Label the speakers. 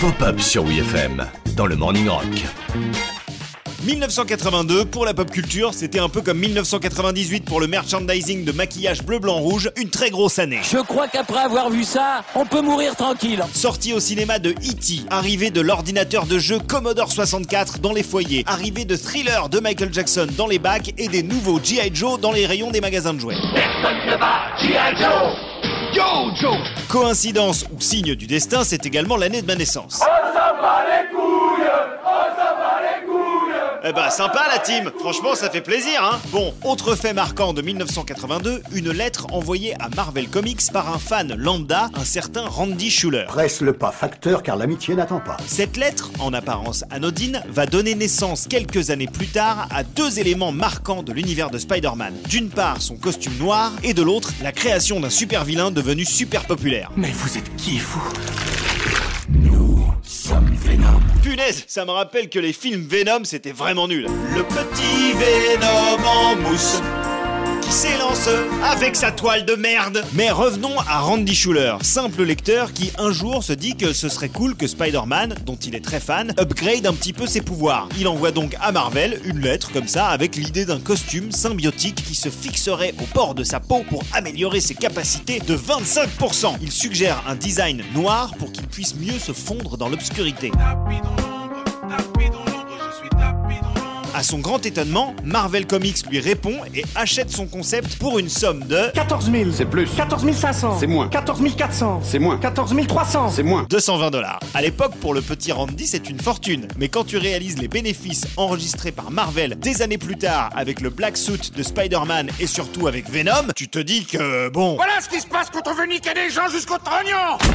Speaker 1: Pop-up sur WFM dans le Morning Rock.
Speaker 2: 1982 pour la pop culture, c'était un peu comme 1998 pour le merchandising de maquillage bleu blanc rouge, une très grosse année.
Speaker 3: Je crois qu'après avoir vu ça, on peut mourir tranquille.
Speaker 2: Sortie au cinéma de E.T., arrivée de l'ordinateur de jeu Commodore 64 dans les foyers, arrivée de Thriller de Michael Jackson dans les bacs et des nouveaux G.I. Joe dans les rayons des magasins de jouets.
Speaker 4: Personne ne va, G.I. Joe Yo, Joe
Speaker 2: Coïncidence ou signe du destin, c'est également l'année de ma naissance. Eh bah sympa la team, franchement ça fait plaisir hein Bon, autre fait marquant de 1982, une lettre envoyée à Marvel Comics par un fan lambda, un certain Randy Schuller.
Speaker 5: Presse le pas facteur car l'amitié n'attend pas.
Speaker 2: Cette lettre, en apparence anodine, va donner naissance quelques années plus tard à deux éléments marquants de l'univers de Spider-Man. D'une part son costume noir et de l'autre la création d'un super vilain devenu super populaire.
Speaker 6: Mais vous êtes qui vous
Speaker 2: Punaise, ça me rappelle que les films Venom c'était vraiment nul. Le petit Venom en mousse qui s'élance avec sa toile de merde. Mais revenons à Randy Schuller, simple lecteur qui un jour se dit que ce serait cool que Spider-Man, dont il est très fan, upgrade un petit peu ses pouvoirs. Il envoie donc à Marvel une lettre comme ça avec l'idée d'un costume symbiotique qui se fixerait au port de sa peau pour améliorer ses capacités de 25%. Il suggère un design noir pour qu'il puisse mieux se fondre dans l'obscurité. À son grand étonnement, Marvel Comics lui répond et achète son concept pour une somme de
Speaker 7: 14 000.
Speaker 8: C'est plus.
Speaker 7: 14 500.
Speaker 8: C'est moins.
Speaker 7: 14 400.
Speaker 8: C'est moins.
Speaker 7: 14 300.
Speaker 8: C'est moins.
Speaker 2: 220 dollars. À l'époque, pour le petit Randy, c'est une fortune. Mais quand tu réalises les bénéfices enregistrés par Marvel des années plus tard avec le Black Suit de Spider-Man et surtout avec Venom, tu te dis que bon.
Speaker 9: Voilà ce qui se passe quand on veut niquer des gens jusqu'au trognon